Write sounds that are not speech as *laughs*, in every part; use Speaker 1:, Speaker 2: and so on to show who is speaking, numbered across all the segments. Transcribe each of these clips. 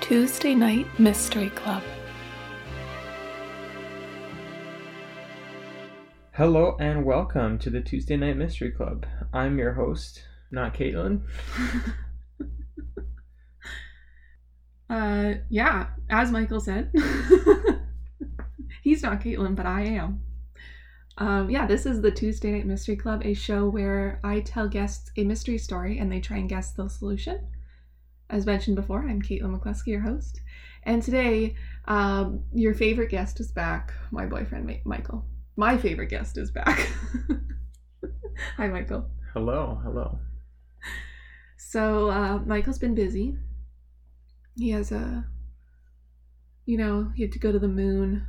Speaker 1: Tuesday Night Mystery Club.
Speaker 2: Hello and welcome to the Tuesday Night Mystery Club. I'm your host, not Caitlin.
Speaker 1: Uh, yeah, as Michael said, *laughs* he's not Caitlin, but I am. Um, yeah, this is the Tuesday Night Mystery Club, a show where I tell guests a mystery story and they try and guess the solution. As mentioned before, I'm Caitlin McCluskey, your host, and today um, your favorite guest is back, my boyfriend Ma- Michael. My favorite guest is back. *laughs* Hi, Michael.
Speaker 2: Hello, hello.
Speaker 1: So uh, Michael's been busy. He has a, you know, he had to go to the moon.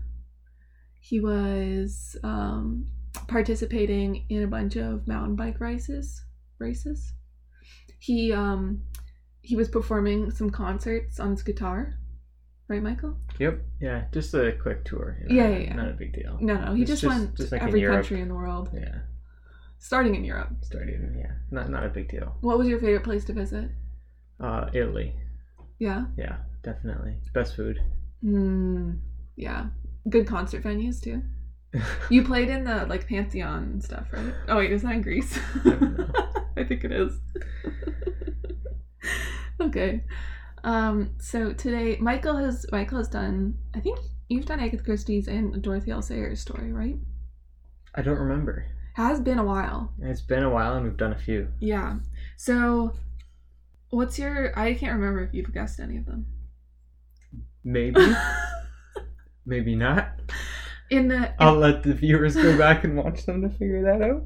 Speaker 1: He was um, participating in a bunch of mountain bike races. Races. He um, he was performing some concerts on his guitar, right, Michael?
Speaker 2: Yep. Yeah, just a quick tour. you
Speaker 1: Yeah, yeah, yeah.
Speaker 2: Not a big deal.
Speaker 1: No, no, he
Speaker 2: It's
Speaker 1: just,
Speaker 2: just-
Speaker 1: went
Speaker 2: just
Speaker 1: to
Speaker 2: like in
Speaker 1: every
Speaker 2: Europe.
Speaker 1: country in the world,
Speaker 2: Yeah,
Speaker 1: starting in Europe.
Speaker 2: started. Yeah, not not a big deal.
Speaker 1: What was your favorite place to visit?
Speaker 2: Uh, Italy.
Speaker 1: Yeah.
Speaker 2: Yeah, definitely. Best food.
Speaker 1: Hmm. yeah. Good concert venues *laughs* too. You played in the like Pantheon and stuff, right? Oh wait, is that in Greece? *laughs*
Speaker 2: don't know.
Speaker 1: I think it is. okay. Um, so today Michael has Michael has done I think you've done Agatha Christie's and Dorothy L. Sayers story, right?
Speaker 2: I don't remember.
Speaker 1: Has been a while.
Speaker 2: It's been a while and we've done a few.
Speaker 1: Yeah. So what's your I can't remember if you've guessed any of them.
Speaker 2: *laughs* Maybe, maybe not.
Speaker 1: *laughs* in the
Speaker 2: I'll let the viewers go back and watch them to figure that out.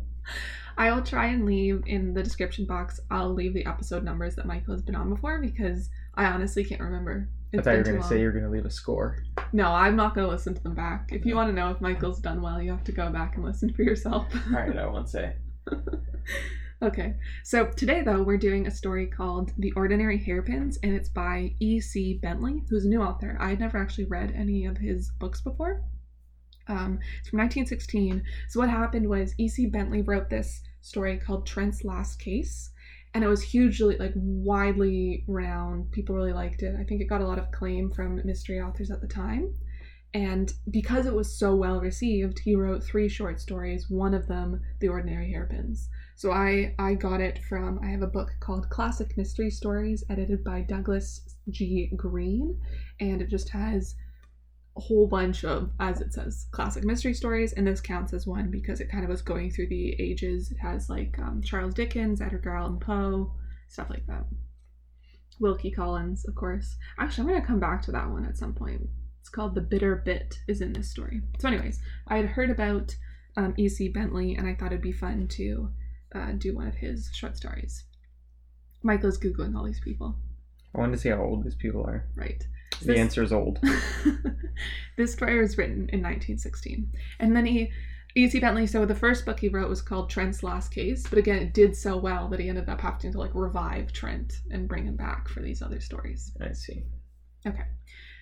Speaker 1: I will try and leave in the description box. I'll leave the episode numbers that Michael has been on before because I honestly can't remember.
Speaker 2: I thought you
Speaker 1: been
Speaker 2: were
Speaker 1: too
Speaker 2: gonna
Speaker 1: long.
Speaker 2: say you were gonna leave a score. *laughs*
Speaker 1: No, I'm not going to listen to them back. If you want to know if Michael's done well, you have to go back and listen for yourself.
Speaker 2: All right, I won't say.
Speaker 1: okay. So today, though, we're doing a story called The Ordinary Hairpins, and it's by E.C. Bentley, who's a new author. I had never actually read any of his books before. Um, it's from 1916. So what happened was E.C. Bentley wrote this story called Trent's Last Case, and it was hugely, like, widely renowned. People really liked it. I think it got a lot of acclaim from mystery authors at the time. And because it was so well received, he wrote three short stories, one of them, The Ordinary Hairpins. So I I got it from I have a book called Classic Mystery Stories edited by Douglas G. Green and it just has a whole bunch of as it says classic mystery stories and this counts as one because it kind of was going through the ages. It has like um, Charles Dickens, Edgar Allan Poe, stuff like that. Wilkie Collins, of course. Actually, I'm going to come back to that one at some point. It's called The Bitter Bit is in this story. So anyways, I had heard about um, E.C. Bentley and I thought it'd be fun to uh, do one of his short stories. Michael's googling all these people,
Speaker 2: I wanted to see how old these people are.
Speaker 1: right? *laughs*
Speaker 2: The answer is old.
Speaker 1: this story was written in 1916, and then he, E.C. Bentley. So the first book he wrote was called Trent's Last Case, but again, it did so well that he ended up having to like revive Trent and bring him back for these other stories.
Speaker 2: I see.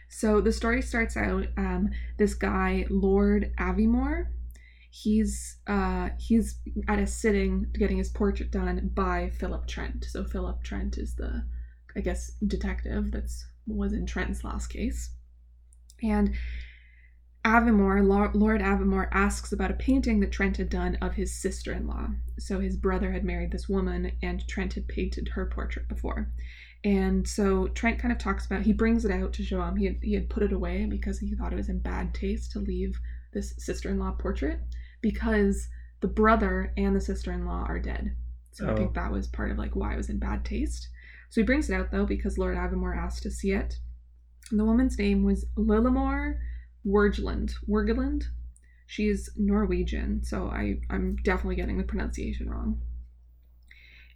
Speaker 1: So the story starts out um, this guy Lord Aviemore. He's uh, he's at a sitting getting his portrait done by Philip Trent. So Philip Trent is the I guess detective that's was in Trent's last case, and Avamore, Lo- Lord Avamore asks about a painting that Trent had done of his sister-in-law. So his brother had married this woman, and Trent had painted her portrait before. And so Trent kind of talks about he brings it out to show him he had, he had put it away because he thought it was in bad taste to leave this sister-in-law portrait because the brother and the sister-in-law are dead. So I
Speaker 2: Oh.
Speaker 1: think that was part of like why it was in bad taste. So he brings it out though because Lord Avamore asked to see it. And the woman's name was Lillimore Wergeland. Wergeland. She's Norwegian, so I, I'm definitely getting the pronunciation wrong.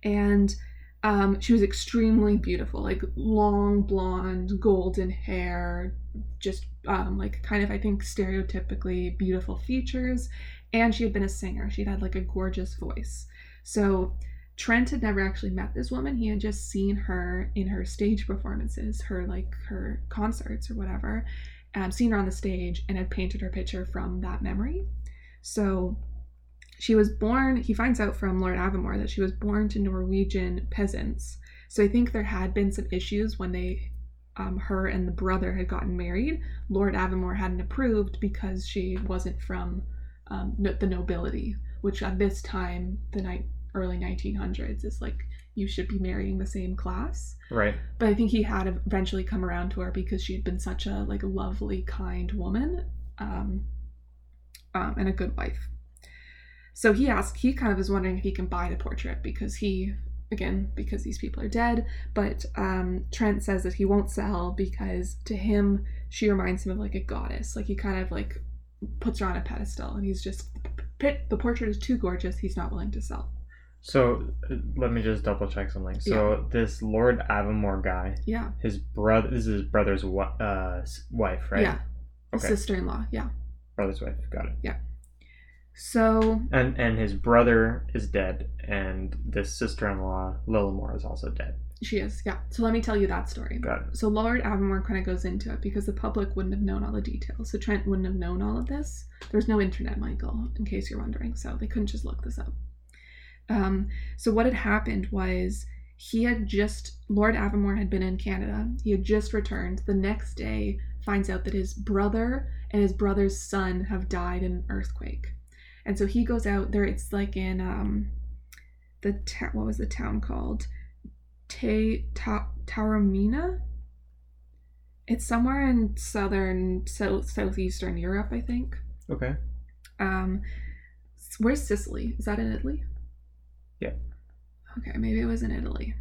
Speaker 1: And um, she was extremely beautiful, like long blonde, golden hair, just um, like kind of, I think, stereotypically beautiful features. And she had been a singer. She'd had like a gorgeous voice. So Trent had never actually met this woman. He had just seen her in her stage performances, her like her concerts or whatever, um, seen her on the stage and had painted her picture from that memory. So she was born, he finds out from Lord Avamore that she was born to Norwegian peasants. So I think there had been some issues when they um, her and the brother had gotten married, Lord Avamore hadn't approved because she wasn't from um, no, the nobility, which at this time, the night early 1900s, is like you should be marrying the same class.
Speaker 2: Right.
Speaker 1: But I think he had eventually come around to her because she'd been such a like lovely, kind woman, um, um, and a good wife. So he asked. He kind of is wondering if he can buy the portrait because he, again, because these people are dead. But um, Trent says that he won't sell because to him she reminds him of like a goddess. Like he kind of like puts her on a pedestal, and he's just the portrait is too gorgeous. He's not willing to sell.
Speaker 2: So uh, let me just double check something. So this Lord Avamore guy,
Speaker 1: Yeah.
Speaker 2: his brother, this is his brother's wi- uh, s- wife, right?
Speaker 1: Yeah.
Speaker 2: Okay.
Speaker 1: Sister-in-law. Yeah.
Speaker 2: brother's wife. Got it.
Speaker 1: So
Speaker 2: And and his brother is dead, and this sister-in-law Lillimore is also dead.
Speaker 1: she is. Yeah. So let me tell you that story.
Speaker 2: Got it.
Speaker 1: So Lord Avamore kind of goes into it because the public wouldn't have known all the details. So Trent wouldn't have known all of this. There's no internet, Michael, in case you're wondering. So they couldn't just look this up. Um, so what had happened was he had just Lord Avamore had been in Canada. He had just returned. The next day, finds out that his brother and his brother's son have died in an earthquake, and so he goes out there. It's like in um, the ta- what was the town called? Te Ta- Taormina. It's somewhere in southern south southeastern Europe, I think.
Speaker 2: Okay.
Speaker 1: Um, s- where's Sicily? Is that in Italy?
Speaker 2: Yeah.
Speaker 1: Okay, maybe it was in Italy.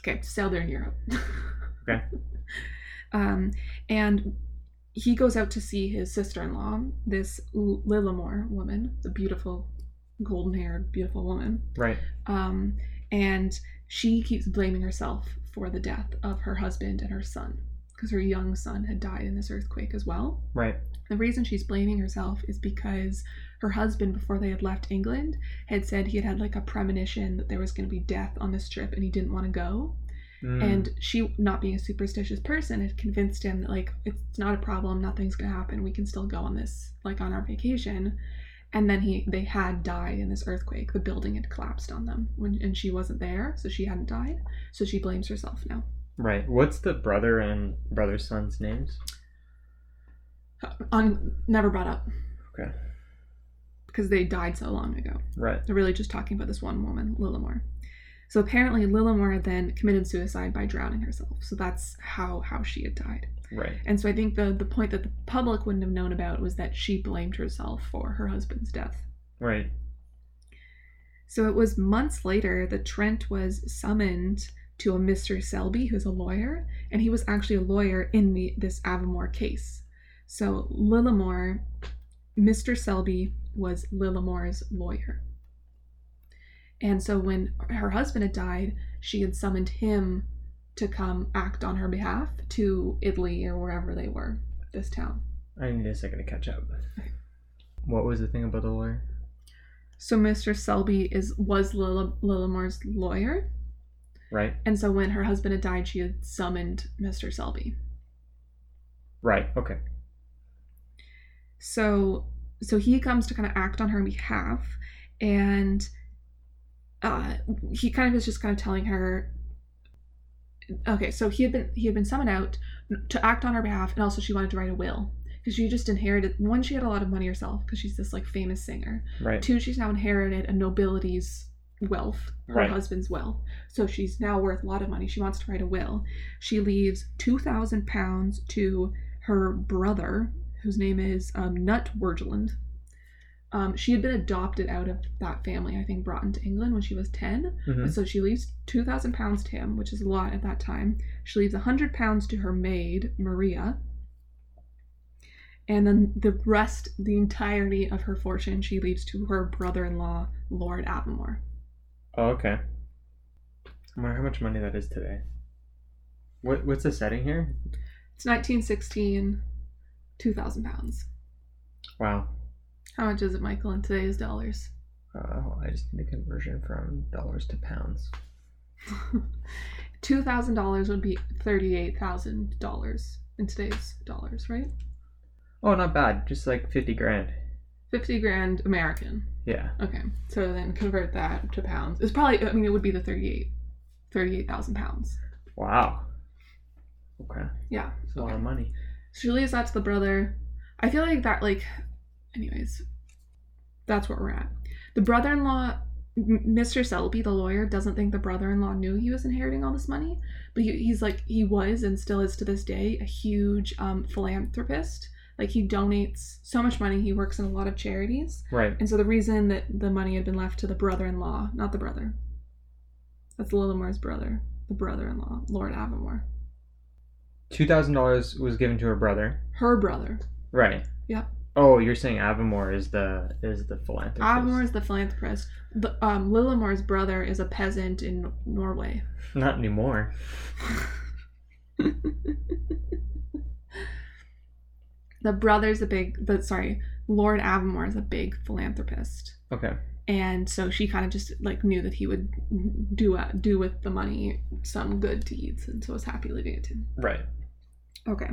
Speaker 1: Okay, southern Europe. *laughs*
Speaker 2: Okay.
Speaker 1: Um, and he goes out to see his sister-in-law, this L- Lillimore woman, the beautiful, golden-haired, beautiful woman.
Speaker 2: Right.
Speaker 1: Um, and she keeps blaming herself for the death of her husband and her son because her young son had died in this earthquake as well.
Speaker 2: Right.
Speaker 1: The reason she's blaming herself is because her husband, before they had left England, had said he had had like a premonition that there was going to be death on this trip and he didn't want to go.
Speaker 2: Mm,
Speaker 1: And she, not being a superstitious person, had convinced him that like it's not a problem, nothing's going to happen, we can still go on this, like on our vacation. And then he, they had died in this earthquake. The building had collapsed on them, when, and she wasn't there, so she hadn't died. So she blames herself now.
Speaker 2: right. What's the brother and brother's son's names?
Speaker 1: On never brought up.
Speaker 2: Okay.
Speaker 1: Because they died so long ago.
Speaker 2: Right.
Speaker 1: They're really just talking about this one woman, Lillimore. So apparently Lillimore then committed suicide by drowning herself. So that's how how she had died.
Speaker 2: Right.
Speaker 1: And so I think the the point that the public wouldn't have known about was that she blamed herself for her husband's death.
Speaker 2: Right.
Speaker 1: So it was months later that Trent was summoned to a Mr. Selby, who's a lawyer, and he was actually a lawyer in the this Avamore case. So Lillimore, Mr. Selby was Lillimore's lawyer. And so when her husband had died, she had summoned him to come act on her behalf to Italy or wherever they were, this town.
Speaker 2: I need a second to catch up. What was the thing about the lawyer?
Speaker 1: So Mr. Selby is was Lilla, Lillimore's lawyer.
Speaker 2: Right.
Speaker 1: And so when her husband had died, she had summoned Mr. Selby.
Speaker 2: Right. Okay.
Speaker 1: So so he comes to kind of act on her behalf and uh he kind of is just kind of telling her okay, so he had been he had been summoned out to act on her behalf and also she wanted to write a will because she just inherited one she had a lot of money herself because she's this like famous singer
Speaker 2: Right.
Speaker 1: Two, she's now inherited a nobility's wealth, her
Speaker 2: Right.
Speaker 1: husband's wealth. So she's now worth a lot of money. She wants to write a will. She leaves two thousand pounds to her brother, whose name is um, Nut Wergeland. Um, she had been adopted out of that family, I think, brought into England when she was ten.
Speaker 2: hmm
Speaker 1: So she leaves two thousand pounds to him, which is a lot at that time. She leaves hundred pounds to her maid Maria, and then the rest, the entirety of her fortune, she leaves to her brother-in-law Lord Avamore.
Speaker 2: Oh, okay. I wonder how much money that is today. What What's the setting here?
Speaker 1: It's 1916, two thousand pounds.
Speaker 2: Wow.
Speaker 1: How much is it, Michael, in today's dollars?
Speaker 2: Uh, hold on, I just need a conversion from dollars to pounds.
Speaker 1: two thousand dollars would be thirty-eight thousand dollars in today's dollars, right?
Speaker 2: Oh, not bad. Just like fifty grand.
Speaker 1: Fifty grand American.
Speaker 2: Yeah.
Speaker 1: Okay, so then convert that to pounds. It's probably, I mean, it would be the 38, 38,000 pounds.
Speaker 2: Wow. Okay.
Speaker 1: Yeah.
Speaker 2: It's a lot of money.
Speaker 1: She leaves that to the brother. I feel like that, like, anyways, that's where we're at. The brother in law, Mr. Selby, the lawyer, doesn't think the brother in law knew he was inheriting all this money, but he, he's like, he was and still is to this day a huge um, philanthropist. Like, he donates so much money, he works in a lot of charities.
Speaker 2: Right.
Speaker 1: And so the reason that the money had been left to the brother in law, not the brother, that's Lillimore's brother, the brother in law, Lord Avamore,
Speaker 2: Two thousand dollars was given to her brother.
Speaker 1: her brother.
Speaker 2: Right.
Speaker 1: Yep.
Speaker 2: Oh, you're saying Avamore is the is the philanthropist.
Speaker 1: Avamore is the philanthropist. The, um, Lillimore's brother is a peasant in Norway.
Speaker 2: not anymore.
Speaker 1: The brother's a big, the sorry, Lord Avamore is a big philanthropist,
Speaker 2: Okay.
Speaker 1: and so she kind of just like knew that he would do a, do with the money some good deeds, and so was happy leaving it to him.
Speaker 2: Right.
Speaker 1: Okay.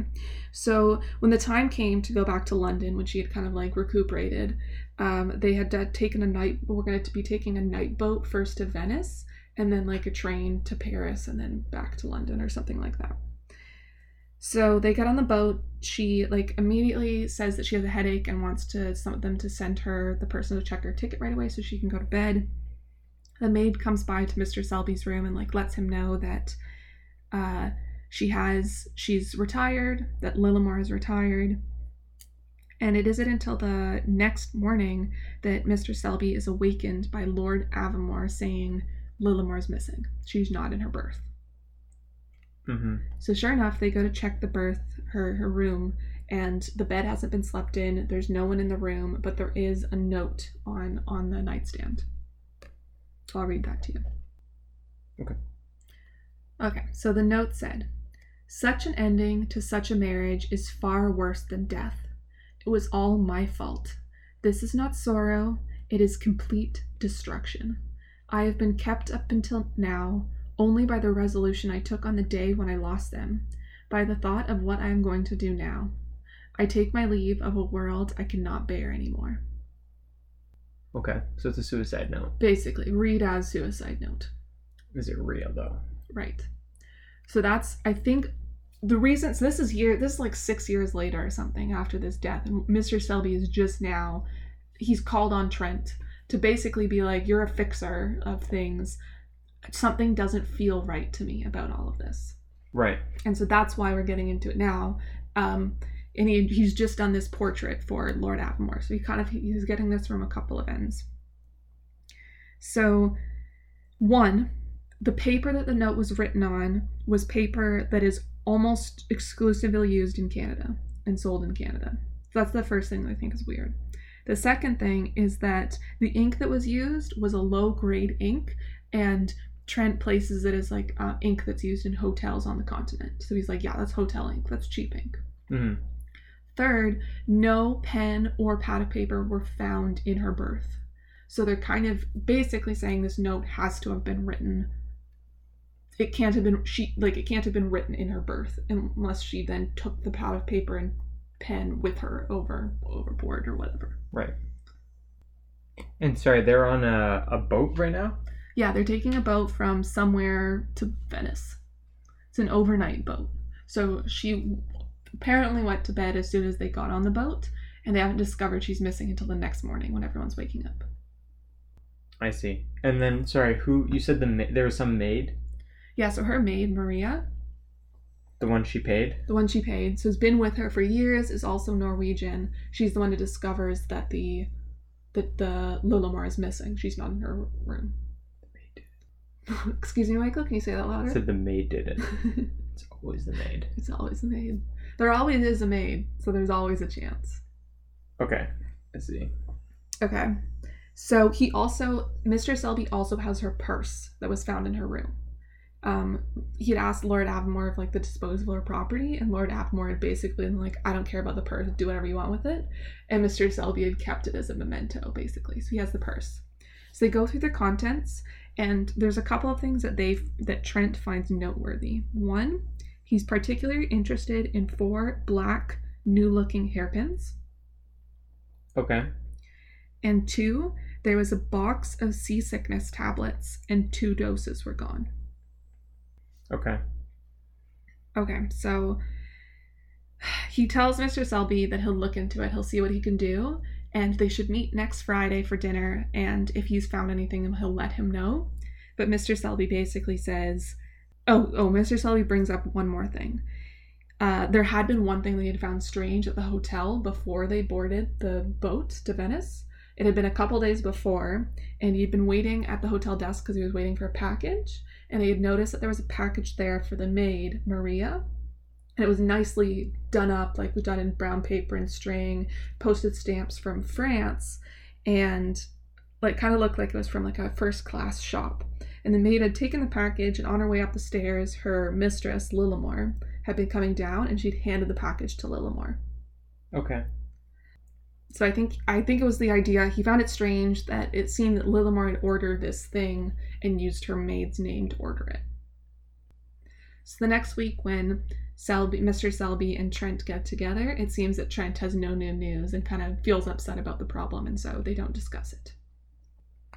Speaker 1: So when the time came to go back to London, when she had kind of like recuperated, um, they had uh, taken a night. We're going to be taking a night boat first to Venice, and then like a train to Paris, and then back to London or something like that. So they get on the boat. She like immediately says that she has a headache and wants to some of them to send her the person to check her ticket right away so she can go to bed. The maid comes by to Mr. Selby's room and like lets him know that. Uh, she has she's retired that Lillimore is retired and it isn't until the next morning that Mr. Selby is awakened by Lord Avamore saying Lillimore's missing. She's not in her berth.
Speaker 2: Mm-hmm.
Speaker 1: So sure enough, they go to check the berth, her her room, and the bed hasn't been slept in. There's no one in the room, but there is a note on on the nightstand. I'll read that to you.
Speaker 2: Okay.
Speaker 1: Okay. So the note said, "Such an ending to such a marriage is far worse than death. It was all my fault. This is not sorrow. It is complete destruction. I have been kept up until now." only by the resolution I took on the day when I lost them, by the thought of what I am going to do now. I take my leave of a world I cannot bear anymore.
Speaker 2: Okay. So it's a suicide note.
Speaker 1: Basically, read as suicide note.
Speaker 2: Is it real though?
Speaker 1: Right. So that's I think the reason so this is year this is like six years later or something after this death, and Mr. Selby is just now he's called on Trent to basically be like, You're a fixer of things. Something doesn't feel right to me about all of this.
Speaker 2: Right.
Speaker 1: and so that's why we're getting into it now. Um, and he, he's just done this portrait for Lord Avamore, so he kind of he's getting this from a couple of ends. So, one, the paper that the note was written on was paper that is almost exclusively used in Canada and sold in Canada. So that's the first thing that I think is weird. The second thing is that the ink that was used was a low grade ink, and Trent places it as like uh, ink that's used in hotels on the continent. So he's like, yeah, that's hotel ink. That's cheap ink.
Speaker 2: hmm
Speaker 1: Third, no pen or pad of paper were found in her berth. So they're kind of basically saying this note has to have been written. It can't have been she like it can't have been written in her berth unless she then took the pad of paper and pen with her over overboard or whatever.
Speaker 2: Right. And sorry, they're on a, a boat right now.
Speaker 1: Yeah, they're taking a boat from somewhere to Venice. It's an overnight boat. So she apparently went to bed as soon as they got on the boat, and they haven't discovered she's missing until the next morning when everyone's waking up.
Speaker 2: I see. And then sorry, who you said the ma- there was some maid,
Speaker 1: Yeah, so her maid, Maria,
Speaker 2: the one she paid.
Speaker 1: the one she paid, so has been with her for years, is also Norwegian. She's the one who discovers that the that the Lillimore is missing. She's not in her room. *laughs* Excuse me, Michael, can you say that
Speaker 2: I
Speaker 1: louder?
Speaker 2: said the maid
Speaker 1: *laughs*
Speaker 2: did it. It's always the maid.
Speaker 1: It's always a maid. There always is a maid, so there's always a chance.
Speaker 2: Okay. I see.
Speaker 1: Okay. So he also, Mr. Selby also has her purse that was found in her room. Um, he had asked Lord Avamore if like the disposal of her property, and Lord Avamore had basically been like, "I don't care about the purse. Do whatever you want with it." And Mr. Selby had kept it as a memento, basically. So he has the purse. So they go through the contents, and there's a couple of things that they that Trent finds noteworthy. One, he's particularly interested in four black, new-looking hairpins.
Speaker 2: Okay.
Speaker 1: and two, there was a box of seasickness tablets, and two doses were gone.
Speaker 2: Okay.
Speaker 1: Okay, so he tells Mr. Selby that he'll look into it, he'll see what he can do, and they should meet next Friday for dinner. And if he's found anything, he'll let him know. But Mr. Selby basically says, "Oh, oh." Mr. Selby brings up one more thing. Uh, there had been one thing they had found strange at the hotel before they boarded the boat to Venice. It had been a couple days before, and he'd been waiting at the hotel desk because he was waiting for a package. And they had noticed that there was a package there for the maid, Maria. And it was nicely done up, like done in brown paper and string, postage stamps from France, and like kind of looked like it was from like a first class shop. And the maid had taken the package, and on her way up the stairs, her mistress, Lillimore, had been coming down and she'd handed the package to Lillimore.
Speaker 2: Okay.
Speaker 1: So I think I think it was the idea. He found it strange that it seemed that Lillimore had ordered this thing and used her maid's name to order it. So the next week when Selby, Mr. Selby and Trent get together, it seems that Trent has no new news and kind of feels upset about the problem and so they don't discuss it.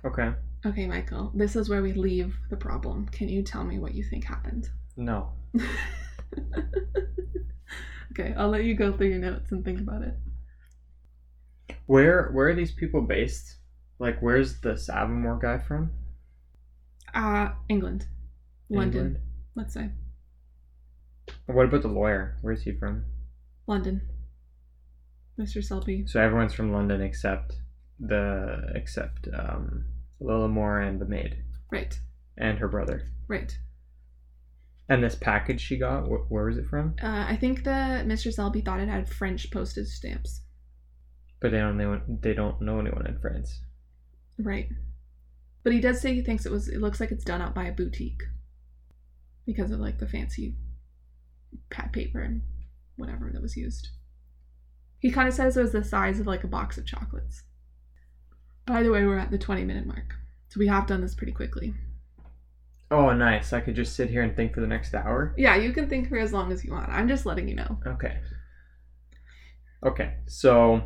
Speaker 2: Okay.
Speaker 1: Okay, Michael, this is where we leave the problem. Can you tell me what you think happened?
Speaker 2: No.
Speaker 1: okay, I'll let you go through your notes and think about it.
Speaker 2: Where where are these people based? Like where's the Savamore guy from?
Speaker 1: Uh England. London,
Speaker 2: England?
Speaker 1: let's say.
Speaker 2: What about the lawyer? Where's he from?
Speaker 1: London. Mr. Selby.
Speaker 2: So everyone's from London except the except um Lillimore and the maid
Speaker 1: Right,
Speaker 2: and her brother.
Speaker 1: right.
Speaker 2: And this package she got, wh- where was it from?
Speaker 1: Uh, I think that Mr. Selby thought it had French postage stamps.
Speaker 2: But they don't know they don't know anyone in France.
Speaker 1: Right. But he does say he thinks it was, it looks like it's done up by a boutique because of like the fancy pat paper and whatever that was used. He kind of says it was the size of like a box of chocolates. By the way, we're at the 20 minute mark. So we have done this pretty quickly.
Speaker 2: Oh, nice. I could just sit here and think for the next hour.
Speaker 1: Yeah, you can think for as long as you want. I'm just letting you know.
Speaker 2: Okay. Okay. So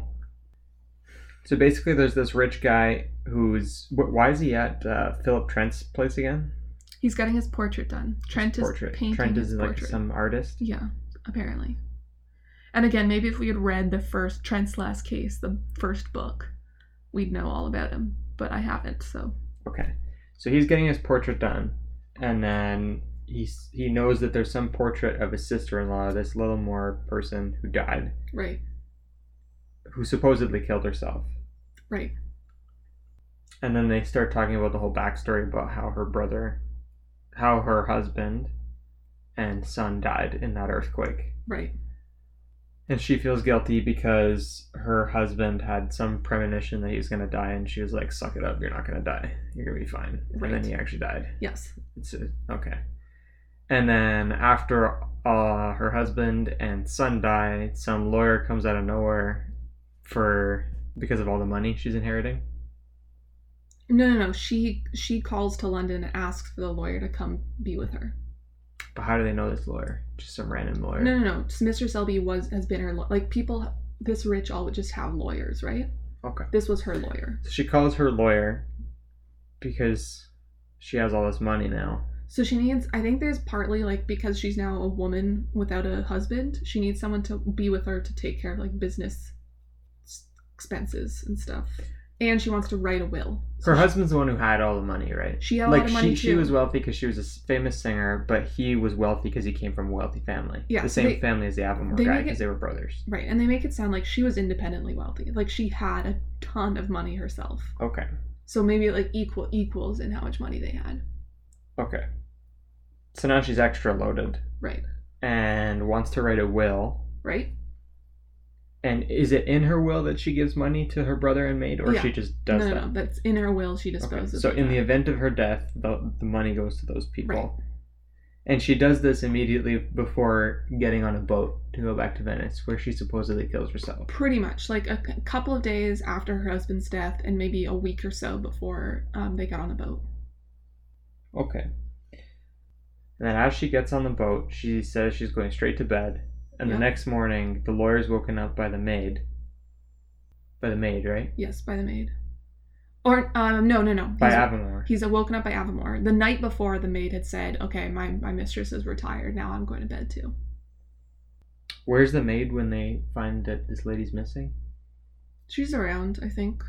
Speaker 2: so basically there's this rich guy who's wh- why is he at uh, Philip Trent's place again?
Speaker 1: He's getting his portrait done. Trent
Speaker 2: His
Speaker 1: is painting
Speaker 2: Trent
Speaker 1: his
Speaker 2: is like
Speaker 1: portrait.
Speaker 2: some artist.
Speaker 1: Yeah, apparently. And again, maybe if we had read the first Trent's Last Case, the first book, we'd know all about him. But I haven't, so
Speaker 2: Okay. So he's getting his portrait done, and then he's he knows that there's some portrait of his sister-in-law, this little more person who died,
Speaker 1: right,
Speaker 2: who supposedly killed herself.
Speaker 1: right,
Speaker 2: And then they start talking about the whole backstory about how her brother, how her husband, and son died in that earthquake.
Speaker 1: right,
Speaker 2: And she feels guilty because her husband had some premonition that he was gonna die, and she was like, "Suck it up, you're not gonna die. You're gonna be fine." And
Speaker 1: Right.
Speaker 2: then he actually died.
Speaker 1: yes,
Speaker 2: It's a, okay. And then after uh, her husband and son die, some lawyer comes out of nowhere for because of all the money she's inheriting.
Speaker 1: no, no, no. She she calls to London and asks for the lawyer to come be with her.
Speaker 2: But how do they know this lawyer? Just some random lawyer.
Speaker 1: No, no, no. Mr. Selby was has been her law- like people this rich all would just have lawyers, right?
Speaker 2: Okay.
Speaker 1: This was her lawyer.
Speaker 2: So she calls her lawyer because she has all this money now.
Speaker 1: So she needs, I think there's partly like because she's now a woman without a husband, she needs someone to be with her to take care of like business s- expenses and stuff. And she wants to write a will. So
Speaker 2: Her
Speaker 1: she-
Speaker 2: husband's the one who had all the money, right?
Speaker 1: She had a
Speaker 2: like
Speaker 1: lot of money too.
Speaker 2: she, she was wealthy because she was a s- famous singer, but he was wealthy because he came from a wealthy family.
Speaker 1: Yeah,
Speaker 2: the same
Speaker 1: they-
Speaker 2: family as the Avamore
Speaker 1: they
Speaker 2: guy
Speaker 1: make it-
Speaker 2: because they were brothers.
Speaker 1: right. And they make it sound like she was independently wealthy. Like she had a ton of money herself.
Speaker 2: Okay.
Speaker 1: So maybe it like equal equals in how much money they had.
Speaker 2: Okay. So now she's extra loaded
Speaker 1: Right.
Speaker 2: and wants to write a will.
Speaker 1: Right?
Speaker 2: And is it in her will that she gives money to her brother and maid, or
Speaker 1: Yeah.
Speaker 2: she just does
Speaker 1: no, no,
Speaker 2: that?
Speaker 1: no. That's in her will she
Speaker 2: Okay,
Speaker 1: disposes
Speaker 2: So
Speaker 1: of
Speaker 2: in the
Speaker 1: that.
Speaker 2: event of her death, the the money goes to those people.
Speaker 1: Right.
Speaker 2: And she does this immediately before getting on a boat to go back to Venice, where she supposedly kills herself.
Speaker 1: pretty much like a c- couple of days after her husband's death and maybe a week or so before um, they got on the boat
Speaker 2: Okay. And then as she gets on the boat, she says she's going straight to bed. And
Speaker 1: Yep.
Speaker 2: the next morning, the lawyer's woken up by the maid. By the maid, right?
Speaker 1: yes by the maid Or um, no, no, no.
Speaker 2: by
Speaker 1: He's-
Speaker 2: Avamore.
Speaker 1: He's awoken up by Avamore. The night before, the maid had said, "Okay, my my mistress is retired. Now I'm going to bed too."
Speaker 2: Where's the maid when they find that this lady's missing?
Speaker 1: She's around, I think.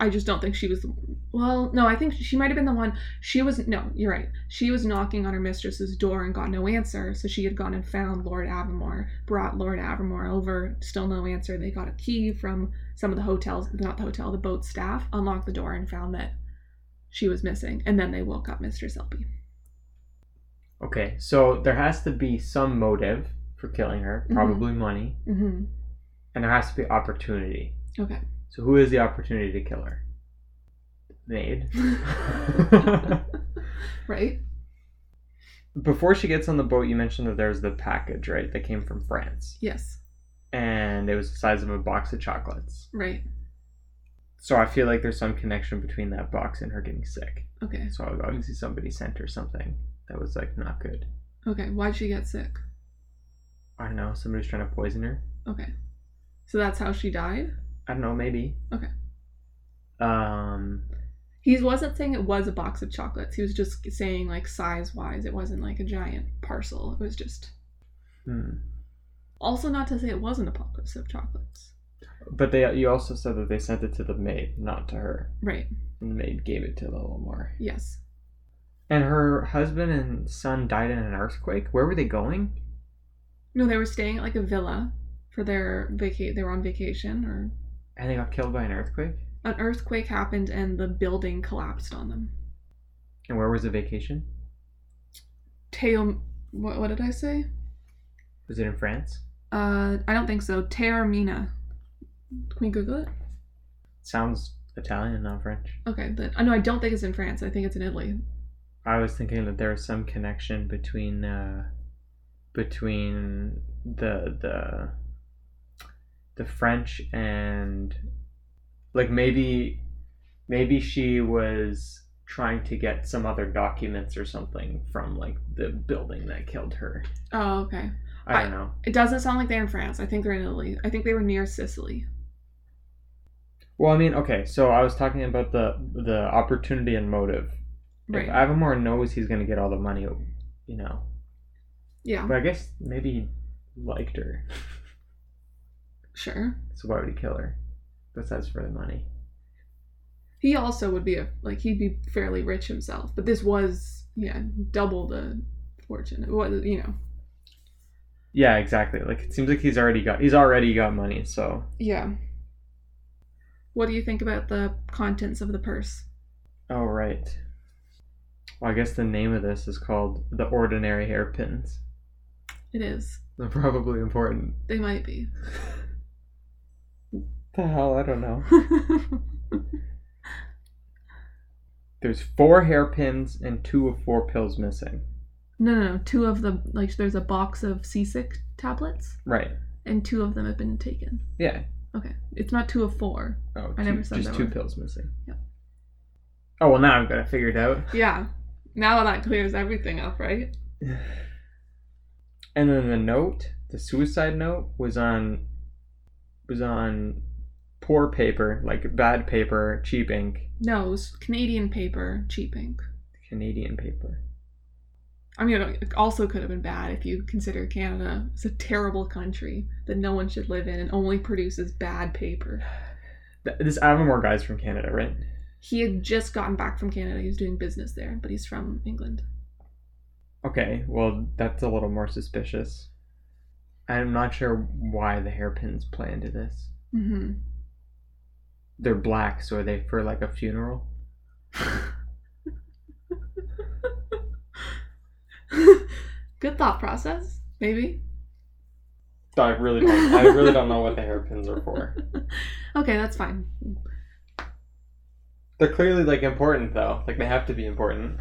Speaker 1: I just don't think she was. Well, no, I think she might have been the one. She was. No, you're right. She was knocking on her mistress's door and got no answer. So she had gone and found Lord Avamore, brought Lord Avamore over. Still no answer. They got a key from some of the hotels, not the hotel, the boat staff, unlocked the door and found that she was missing. And then they woke up Mistress Selby.
Speaker 2: Okay, so there has to be some motive for killing her,
Speaker 1: Mhm.
Speaker 2: probably money,
Speaker 1: Mm-hmm.
Speaker 2: and there has to be opportunity.
Speaker 1: Okay.
Speaker 2: So who is the opportunity to kill her? Maid.
Speaker 1: *laughs* Right.
Speaker 2: Before she gets on the boat, you mentioned that there's the package, right? That came from France,
Speaker 1: Yes.
Speaker 2: and it was the size of a box of chocolates.
Speaker 1: Right.
Speaker 2: So I feel like there's some connection between that box and her getting sick.
Speaker 1: Okay.
Speaker 2: So obviously somebody sent her something that was like not good.
Speaker 1: Okay. Why'd she get sick?
Speaker 2: I don't know. Somebody's trying to poison her.
Speaker 1: Okay. So that's how she died?
Speaker 2: I don't know. Maybe.
Speaker 1: Okay.
Speaker 2: Um.
Speaker 1: He wasn't saying it was a box of chocolates. He was just saying, like, size wise, it wasn't like a giant parcel. It was just.
Speaker 2: Hmm.
Speaker 1: Also, not to say it wasn't a box of chocolates.
Speaker 2: But they, you also said that they sent it to the maid, not to her.
Speaker 1: Right.
Speaker 2: And the maid gave it to Lilimore.
Speaker 1: Yes.
Speaker 2: And her husband and son died in an earthquake. Where were they going?
Speaker 1: No, they were staying at, like, a villa for their vaca. They were on vacation, or
Speaker 2: And they got killed by an earthquake.
Speaker 1: an earthquake happened and the building collapsed on them.
Speaker 2: And where was the vacation?
Speaker 1: Teo. What, what did I say?
Speaker 2: Was it in France?
Speaker 1: Uh, I don't think so. Terramina. Can we Google it?
Speaker 2: Sounds Italian, not French.
Speaker 1: Okay, but uh, I know I don't think it's in France. I think it's in Italy.
Speaker 2: I was thinking that there was some connection between uh, between the the the French and like maybe maybe she was trying to get some other documents or something from like the building that killed her.
Speaker 1: Oh, okay.
Speaker 2: I don't know.
Speaker 1: It doesn't sound like they're in France. I think they're in Italy. I think they were near Sicily.
Speaker 2: Well, I mean, okay, so I was talking about the the opportunity and motive.
Speaker 1: Right.
Speaker 2: If Avamore knows he's going to get all the money, you know.
Speaker 1: yeah,
Speaker 2: But I guess maybe he liked her.
Speaker 1: sure.
Speaker 2: So why would he kill her? Besides for the money.
Speaker 1: He also would be a like he'd be fairly rich himself, but this was yeah double the fortune. It was you know
Speaker 2: Yeah, exactly. Like it seems like he's already got he's already got money, so
Speaker 1: yeah. What do you think about the contents of the purse?
Speaker 2: oh right. Well I guess the name of this is called the ordinary hairpins.
Speaker 1: It is.
Speaker 2: They're probably important.
Speaker 1: They might be. *laughs*
Speaker 2: The hell, I don't know. There's four hairpins and two of four pills missing.
Speaker 1: no, no, no. Two of the like there's a box of seasick tablets,
Speaker 2: Right.
Speaker 1: and two of them have been taken.
Speaker 2: Yeah.
Speaker 1: Okay, it's not two of four.
Speaker 2: Oh,
Speaker 1: I
Speaker 2: two-
Speaker 1: never said
Speaker 2: just
Speaker 1: that
Speaker 2: two
Speaker 1: one.
Speaker 2: pills missing.
Speaker 1: Yep.
Speaker 2: Oh well, now I've got it figured out.
Speaker 1: Yeah. Now that clears everything up, right?
Speaker 2: *sighs* and then the note, the suicide note, was on was on poor paper, like bad paper, cheap ink,
Speaker 1: No, it was Canadian paper, cheap ink.
Speaker 2: Canadian paper.
Speaker 1: I mean, it also could have been bad if you consider Canada is a terrible country that no one should live in and only produces bad paper.
Speaker 2: Th- This Avamore guy's from Canada, right?
Speaker 1: He had just gotten back from Canada. He was doing business there, but he's from England.
Speaker 2: Okay, well that's a little more suspicious. I'm not sure why the hairpins play into this.
Speaker 1: hmm
Speaker 2: They're black, so are they for like a funeral?
Speaker 1: *laughs* Good thought process, maybe.
Speaker 2: I really don't. I really don't know what the hairpins are *laughs* for.
Speaker 1: Okay, that's fine.
Speaker 2: They're clearly like important though. Like they have to be important.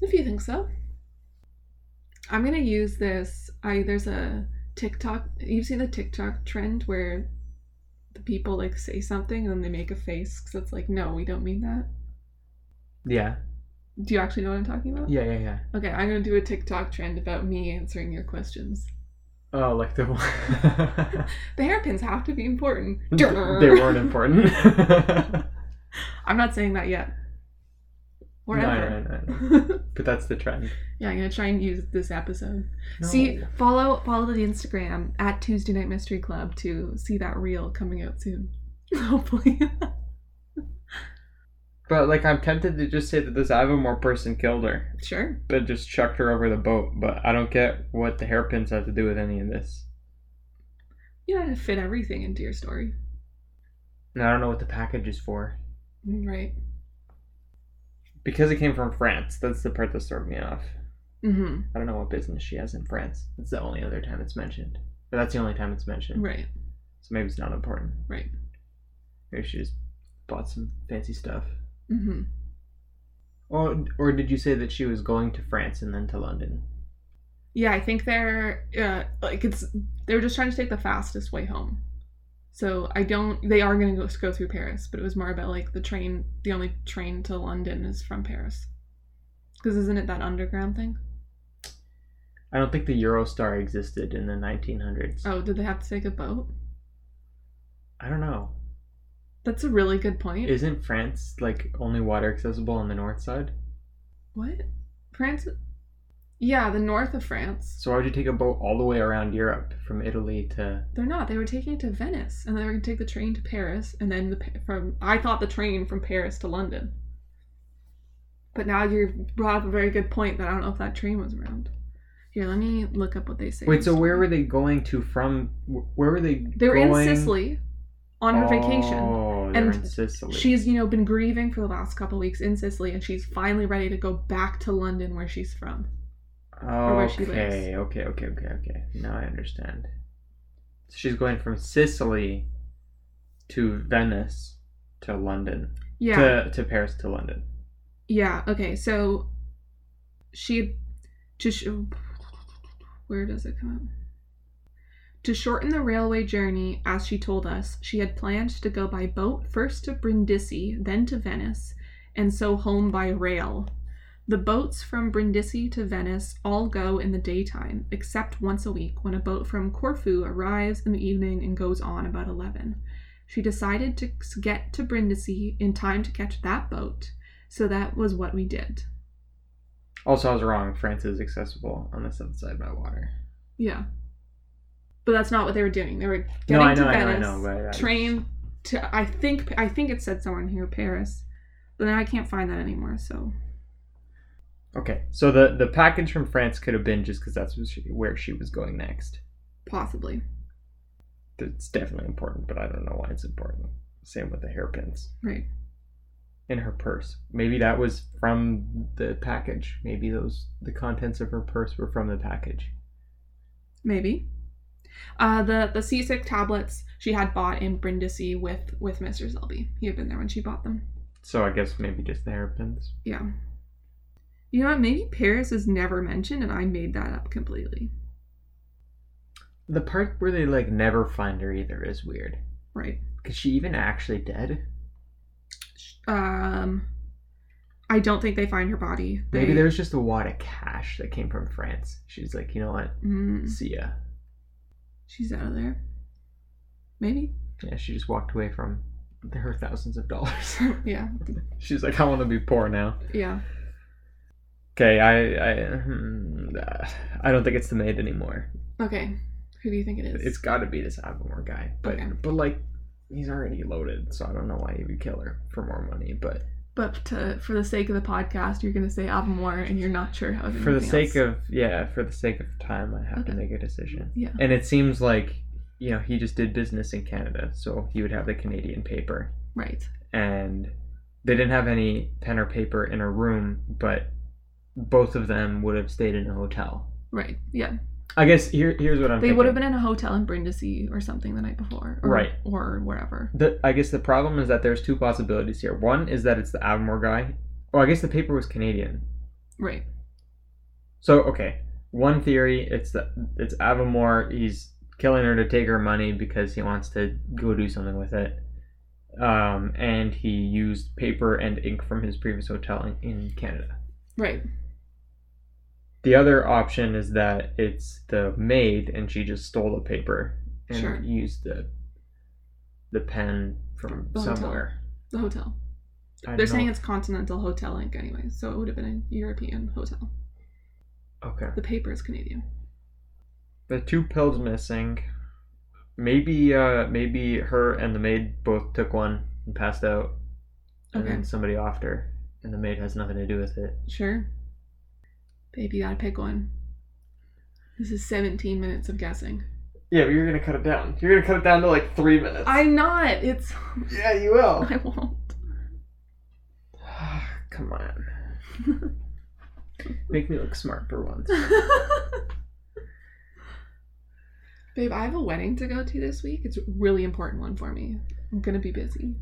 Speaker 1: If you think so. I'm gonna use this. I there's a TikTok. You've seen the TikTok trend where the people like say something and then they make a face because it's like, no, we don't mean that.
Speaker 2: Yeah.
Speaker 1: Do you actually know what I'm talking about?
Speaker 2: Yeah, yeah, yeah.
Speaker 1: Okay, I'm gonna do a TikTok trend about me answering your questions.
Speaker 2: Oh, like the *laughs* one.
Speaker 1: The hairpins have to be important.
Speaker 2: *laughs* they weren't important.
Speaker 1: I'm not saying that yet. Or
Speaker 2: No, I
Speaker 1: ever.
Speaker 2: know, I know, I know. But that's the trend.
Speaker 1: *laughs* yeah, I'm gonna try and use this episode.
Speaker 2: No.
Speaker 1: See, follow follow the Instagram at Tuesday Night Mystery Club to see that reel coming out soon. *laughs* Hopefully.
Speaker 2: But like, I'm tempted to just say that this Avamore person killed her,
Speaker 1: sure.
Speaker 2: but just chucked her over the boat. But I don't get what the hairpins have to do with any of this.
Speaker 1: You don't have to fit everything into your story.
Speaker 2: And I don't know what the package is for.
Speaker 1: Mm-hmm. Right.
Speaker 2: Because it came from France. That's the part that throws me off.
Speaker 1: Mm-hmm.
Speaker 2: I don't know what business she has in France. That's the only other time it's mentioned. But that's the only time it's mentioned.
Speaker 1: Right.
Speaker 2: So maybe it's not important.
Speaker 1: Right.
Speaker 2: Maybe she just bought some fancy stuff.
Speaker 1: Mm-hmm.
Speaker 2: Or, or did you say that she was going to France and then to London?
Speaker 1: Yeah, I think they're uh, like it's they were just trying to take the fastest way home. So I don't. They are going to go, go through Paris, but it was more about like the train. The only train to London is from Paris. Because isn't it that underground thing?
Speaker 2: I don't think the Eurostar existed in the 1900s.
Speaker 1: Oh, did they have to take a boat?
Speaker 2: I don't know.
Speaker 1: That's a really good point.
Speaker 2: Isn't France like only water accessible on the north side?
Speaker 1: what? France? Yeah, the north of France.
Speaker 2: So why would you take a boat all the way around Europe from Italy to?
Speaker 1: They're not. They were taking it to Venice, and they were going to take the train to Paris, and then the pa- from I thought the train from Paris to London. But now you brought up a very good point that I don't know if that train was around. Here, let me look up what they say.
Speaker 2: Wait, so where were they going to from? wh- Where were they?
Speaker 1: They were in
Speaker 2: going?
Speaker 1: Sicily, on her vacation.
Speaker 2: Oh, they're
Speaker 1: And
Speaker 2: in Sicily.
Speaker 1: She's you know been grieving for the last couple weeks in Sicily, and she's finally ready to go back to London, where she's from.
Speaker 2: Oh,
Speaker 1: where she
Speaker 2: okay, okay, okay, okay, okay. Now I understand. So she's going from Sicily to Venice to London
Speaker 1: Yeah.
Speaker 2: to to Paris to London.
Speaker 1: Yeah, okay, so she to sh- where does it come up? To shorten the railway journey, as she told us, she had planned to go by boat first to Brindisi, then to Venice, and so home by rail. The boats from Brindisi to Venice all go in the daytime, except once a week when a boat from Corfu arrives in the evening and goes on about 11. She decided to s- get to Brindisi in time to catch that boat, so that was what we did.
Speaker 2: Also, I was wrong. France is accessible on the south side by water.
Speaker 1: Yeah. But that's not what they were doing. They were getting
Speaker 2: no, I know,
Speaker 1: to
Speaker 2: I know, I
Speaker 1: Venice,
Speaker 2: know. But uh, I just-
Speaker 1: train to I think I think it said somewhere in here Paris, but then I can't find that anymore. So
Speaker 2: Okay, so the the package from France could have been just because that's what she, where she was going next.
Speaker 1: possibly.
Speaker 2: It's definitely important, but I don't know why it's important. Same with the hairpins
Speaker 1: Right.
Speaker 2: in her purse. Maybe that was from the package. Maybe those the contents of her purse were from the package.
Speaker 1: Maybe. Uh, the the seasick tablets she had bought in Brindisi with with Mr. Selby. He had been there when she bought them.
Speaker 2: So I guess maybe just the hairpins.
Speaker 1: Yeah. You know what? Maybe Paris is never mentioned, and I made that up completely.
Speaker 2: The part where they like never find her either is weird.
Speaker 1: Right.
Speaker 2: Cause she even actually dead?
Speaker 1: Um, I don't think they find her body. They,
Speaker 2: Maybe there was just a wad of cash that came from France. She's like, you know what?
Speaker 1: Mm.
Speaker 2: See ya.
Speaker 1: She's out of there. Maybe.
Speaker 2: Yeah, she just walked away from her thousands of dollars.
Speaker 1: yeah.
Speaker 2: *laughs* She's like, I want to be poor now.
Speaker 1: Yeah.
Speaker 2: Okay, I, I, hmm, uh, I don't think it's the maid anymore.
Speaker 1: Okay. Who do you think it is?
Speaker 2: It's got to be this Avamore guy. But,
Speaker 1: Okay.
Speaker 2: but like, he's already loaded, so I don't know why he would kill her for more money. But
Speaker 1: but to, for the sake of the podcast, you're going to say Avamore and you're not sure how
Speaker 2: for the sake of yeah, for the sake of time, I have to
Speaker 1: Okay.
Speaker 2: make a decision.
Speaker 1: Yeah.
Speaker 2: And it seems like, you know, he just did business in Canada, so he would have the Canadian paper.
Speaker 1: Right.
Speaker 2: and they didn't have any pen or paper in a room, but both of them would have stayed in a hotel.
Speaker 1: Right. Yeah.
Speaker 2: I guess here, here's what I'm.
Speaker 1: They would have been
Speaker 2: thinking.
Speaker 1: in a hotel in Brindisi or something the night before. Or,
Speaker 2: Right.
Speaker 1: Or wherever.
Speaker 2: The, I guess the problem is that there's two possibilities here. One is that it's the Avamore guy. Oh, I guess the paper was Canadian.
Speaker 1: Right.
Speaker 2: So okay, one theory it's the it's Avamore. He's killing her to take her money because he wants to go do something with it. Um, and he used paper and ink from his previous hotel in, in Canada.
Speaker 1: Right.
Speaker 2: The other option is that it's the maid and she just stole the paper and
Speaker 1: Sure.
Speaker 2: used the the pen from
Speaker 1: The hotel.
Speaker 2: somewhere.
Speaker 1: The hotel.
Speaker 2: I
Speaker 1: They're
Speaker 2: don't
Speaker 1: saying
Speaker 2: know.
Speaker 1: it's Continental Hotel Inc. anyway, so it would have been a European hotel.
Speaker 2: okay.
Speaker 1: The paper is Canadian.
Speaker 2: The two pills missing. Maybe uh maybe her and the maid both took one and passed out. And
Speaker 1: Okay.
Speaker 2: then somebody offed her. And the maid has nothing to do with it.
Speaker 1: Sure. Babe, you gotta pick one. This is 17 minutes of guessing.
Speaker 2: Yeah, but you're gonna cut it down. You're gonna cut it down to like three minutes.
Speaker 1: I'm not! It's.
Speaker 2: Yeah,
Speaker 1: *laughs*
Speaker 2: you will.
Speaker 1: I won't.
Speaker 2: *sighs* Come on. Make me look smart for once.
Speaker 1: Babe, I have a wedding to go to this week. It's a really important one for me. I'm gonna be busy.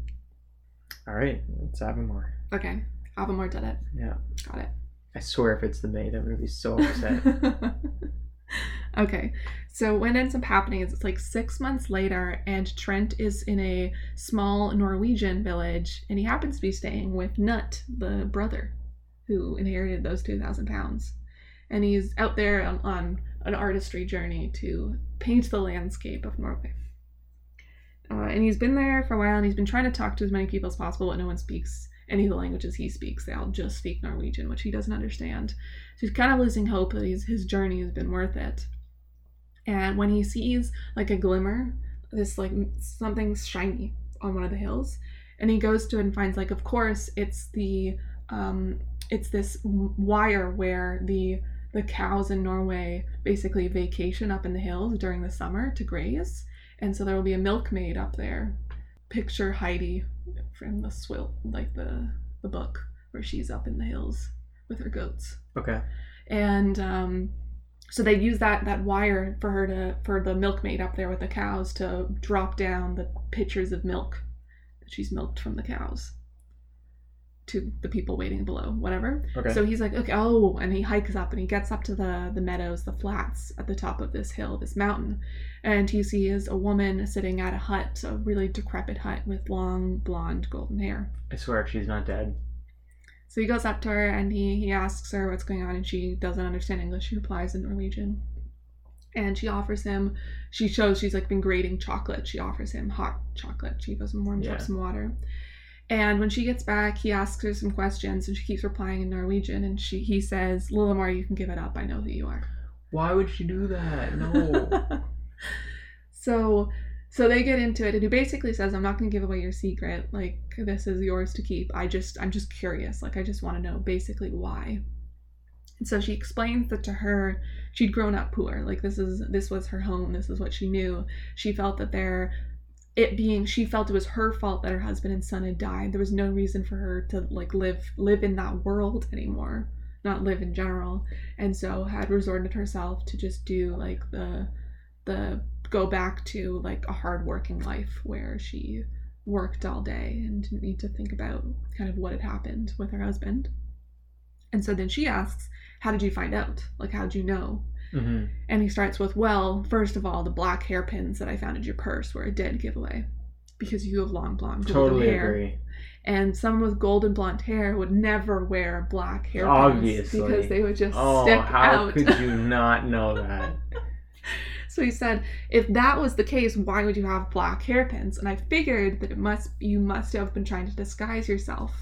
Speaker 2: Alright, it's Avamore.
Speaker 1: Okay. Avamore did it.
Speaker 2: Yeah.
Speaker 1: Got it.
Speaker 2: I swear if it's the maid, I'm gonna be
Speaker 1: *laughs*
Speaker 2: so upset.
Speaker 1: okay, so what ends up happening is it's like six months later, and Trent is in a small Norwegian village, and he happens to be staying with Nut, the brother who inherited those 2,000 pounds. And he's out there on, on an artistry journey to paint the landscape of Norway. Uh, and he's been there for a while, and he's been trying to talk to as many people as possible, but no one speaks any of the languages he speaks. They all just speak Norwegian, which he doesn't understand. So he's kind of losing hope that he's, his journey has been worth it. And when he sees like a glimmer, this like m- something shiny on one of the hills, and he goes to it and finds like, of course, it's the um, it's this w- wire where the the cows in Norway basically vacation up in the hills during the summer to graze, and so there will be a milkmaid up there. Picture Heidi from the swill, like the the book where she's up in the hills with her goats
Speaker 2: okay.
Speaker 1: and um, so they use that that wire for her to for the milkmaid up there with the cows to drop down the pitchers of milk that she's milked from the cows to the people waiting below whatever
Speaker 2: Okay.
Speaker 1: so he's like okay oh and he hikes up and he gets up to the the meadows the flats at the top of this hill this mountain and he sees a woman sitting at a hut a really decrepit hut with long blonde golden hair
Speaker 2: I swear if she's not dead.
Speaker 1: so he goes up to her and he, he asks her what's going on, and she doesn't understand English. She replies in Norwegian. And she offers him, she shows she's like been grating chocolate. She offers him hot chocolate. She goes and warms up
Speaker 2: Yeah.
Speaker 1: some water. And when she gets back, he asks her some questions and she keeps replying in Norwegian. And she he says, Lilamar, you can give it up. I know who you are.
Speaker 2: Why would she do that? *laughs* No.
Speaker 1: *laughs* so so they get into it and he basically says i'm not going to give away your secret like this is yours to keep i just i'm just curious like i just want to know basically why and so she explains that to her she'd grown up poor like this is this was her home this is what she knew she felt that there it being she felt it was her fault that her husband and son had died there was no reason for her to like live live in that world anymore not live in general and so had resorted herself to just do like the the go back to like a hard working life where she worked all day and didn't need to think about kind of what had happened with her husband. And so then she asks, How did you find out? Like, how did you know?
Speaker 2: hmm
Speaker 1: And he starts with, Well, first of all, the black hairpins that I found in your purse were a dead giveaway because you have long blonde golden
Speaker 2: Totally
Speaker 1: hair.
Speaker 2: agree.
Speaker 1: And someone with golden blonde hair would never wear black hairpins
Speaker 2: Obviously.
Speaker 1: because they would just
Speaker 2: Oh,
Speaker 1: stick
Speaker 2: how
Speaker 1: out.
Speaker 2: could you not know that?
Speaker 1: So he said, if that was the case, why would you have black hairpins? And I figured that it must you must have been trying to disguise yourself.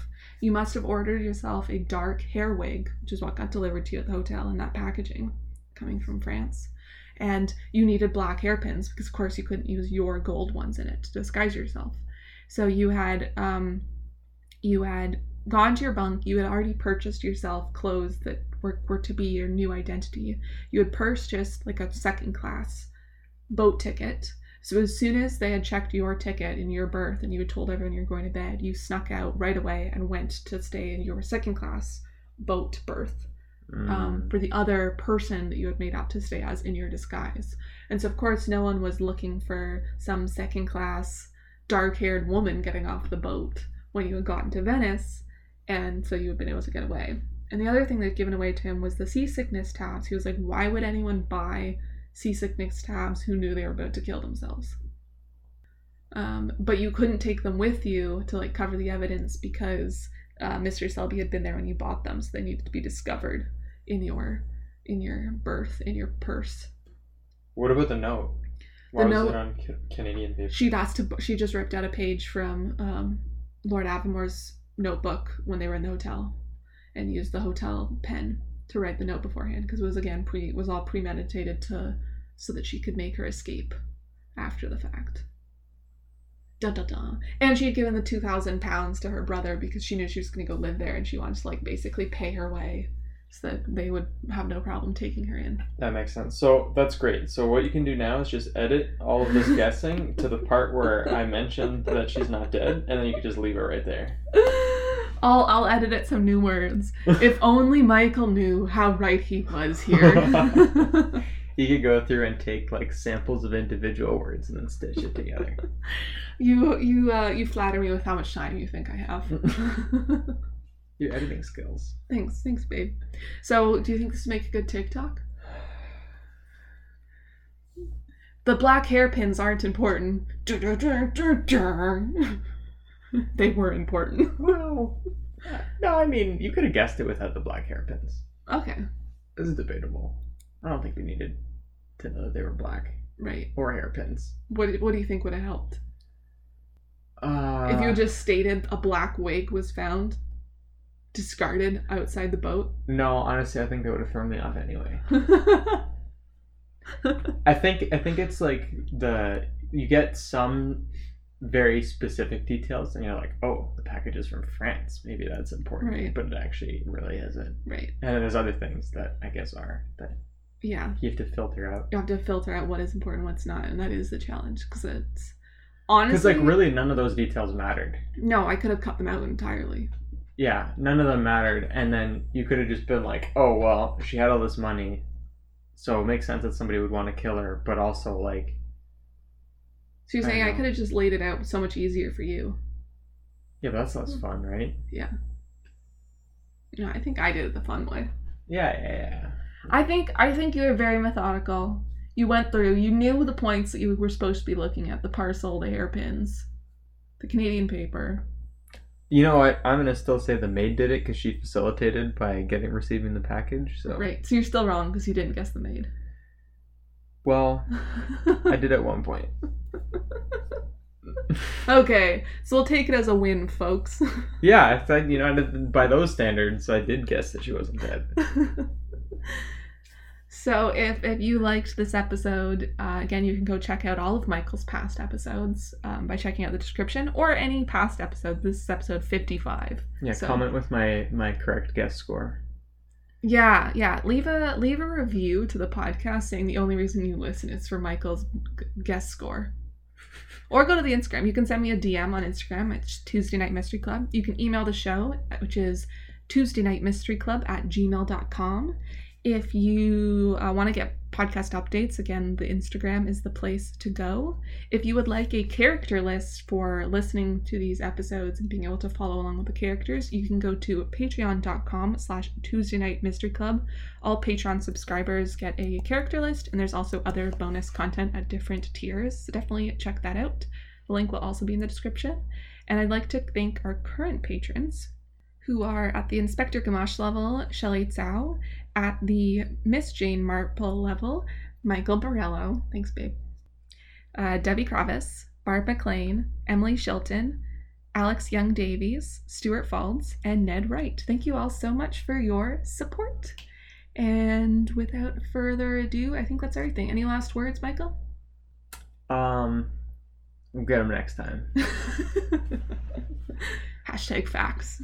Speaker 1: You must have ordered yourself a dark hair wig, which is what got delivered to you at the hotel in that packaging coming from France. And you needed black hairpins because of course you couldn't use your gold ones in it to disguise yourself. So you had um you had gone to your bunk, you had already purchased yourself clothes that were, were to be your new identity you had purchased like a second class boat ticket. So as soon as they had checked your ticket and your berth and you had told everyone you're going to bed, you snuck out right away and went to stay in your second class boat berth um,
Speaker 2: Mm,
Speaker 1: for the other person that you had made out to stay as in your disguise. And so, of course, no one was looking for some second class, dark haired woman getting off the boat when you had gotten to Venice, and so you had been able to get away. And the other thing they'd given away to him was the seasickness tabs. He was like, why would anyone buy seasickness tabs who knew they were about to kill themselves? Um, but you couldn't take them with you to like cover the evidence because uh, Mr. Selby had been there when you bought them, so they needed to be discovered in your in your birth in your purse.
Speaker 2: What about the note?
Speaker 1: Why The was it note-
Speaker 2: on Canadian paper?
Speaker 1: She'd asked to. She just ripped out a page from um, Lord Avamore's notebook when they were in the hotel and used the hotel pen to write the note beforehand because it was again pre it was all premeditated to so that she could make her escape after the fact. Dun, dun, dun. And she had given the two thousand pounds to her brother because she knew she was going to go live there, and she wanted to like basically pay her way, so that they would have no problem taking her in.
Speaker 2: That makes sense. So that's great. So what you can do now is just edit all of this guessing to the part where I mentioned that she's not dead, and then you can just leave it right there.
Speaker 1: I'll I'll edit it some new words. if only Michael knew how right he was here.
Speaker 2: You could go through and take like samples of individual words and then stitch it together.
Speaker 1: you you uh, you flatter me with how much time you think I have.
Speaker 2: Your editing skills.
Speaker 1: thanks, thanks, babe. So, do you think this would make a good TikTok? The black hairpins aren't important. *laughs* they were
Speaker 2: *laughs*
Speaker 1: important.
Speaker 2: Well, no, I mean you could have guessed it without the black hairpins.
Speaker 1: Okay,
Speaker 2: This is debatable. I don't think we needed to know that they were black
Speaker 1: right.
Speaker 2: or hairpins.
Speaker 1: What what do you think would have helped?
Speaker 2: Uh,
Speaker 1: if you just stated a black wig was found discarded outside the boat. *laughs*
Speaker 2: no, honestly, I think that would have thrown me off anyway. I think I think it's like the you get some very specific details and you're like, oh, the package is from France. Maybe that's important,
Speaker 1: Right.
Speaker 2: but it actually really isn't.
Speaker 1: right.
Speaker 2: And then there's other things that I guess are that
Speaker 1: Yeah.
Speaker 2: you have to filter out
Speaker 1: you have to filter out what is important, what's not, and that is the challenge because it's
Speaker 2: because
Speaker 1: honestly
Speaker 2: like really none of those details mattered.
Speaker 1: no, I could have cut them out entirely.
Speaker 2: Yeah, none of them mattered. And then you could have just been like, oh well, she had all this money, so it makes sense that somebody would want to kill her, but also like,
Speaker 1: So you're
Speaker 2: I
Speaker 1: saying I,
Speaker 2: know.
Speaker 1: could have just laid it out so much easier for you?
Speaker 2: yeah, but that's less
Speaker 1: Hmm.
Speaker 2: fun, right?
Speaker 1: No, I think I did it the fun way.
Speaker 2: Yeah, yeah, yeah.
Speaker 1: I think I think you were very methodical. You went through. You knew the points that you were supposed to be looking at: the parcel, the hairpins, the Canadian paper.
Speaker 2: You know what? I'm gonna still say the maid did it because she facilitated by getting receiving the package. So
Speaker 1: Right. So you're still wrong because you didn't guess the maid.
Speaker 2: well, I did at one point.
Speaker 1: *laughs* okay. So we'll take it as a win, folks. *laughs*
Speaker 2: Yeah, I thought you know I did- by those standards, I did guess that she wasn't dead.
Speaker 1: so if, if you liked this episode uh, again you can go check out all of michael's past episodes um, by checking out the description or any past episodes this is episode 55
Speaker 2: Yeah,
Speaker 1: So-
Speaker 2: comment with my my correct guess score.
Speaker 1: yeah yeah leave a leave a review to the podcast saying the only reason you listen is for michael's g- guest score or go to the instagram you can send me a dm on instagram it's tuesday night mystery club you can email the show which is tuesday night mystery club at gmail.com if you uh, want to get podcast updates again the instagram is the place to go if you would like a character list for listening to these episodes and being able to follow along with the characters you can go to patreon.com slash tuesday night mystery club all patreon subscribers get a character list and there's also other bonus content at different tiers so definitely check that out the link will also be in the description and i'd like to thank our current patrons who are at the inspector gamache level shelly tsao at the Miss Jane Marple level, Michael Borello, thanks babe, uh, Debbie Kravis, Barb McLean, Emily Shilton, Alex Young Davies, Stuart Falds, and Ned Wright. Thank you all so much for your support. And without further ado, I think that's everything. Any last words, Michael? *laughs*
Speaker 2: Um, we'll get him next time.
Speaker 1: Hashtag facts.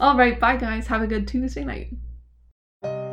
Speaker 1: All right, bye guys. Have a good Tuesday night.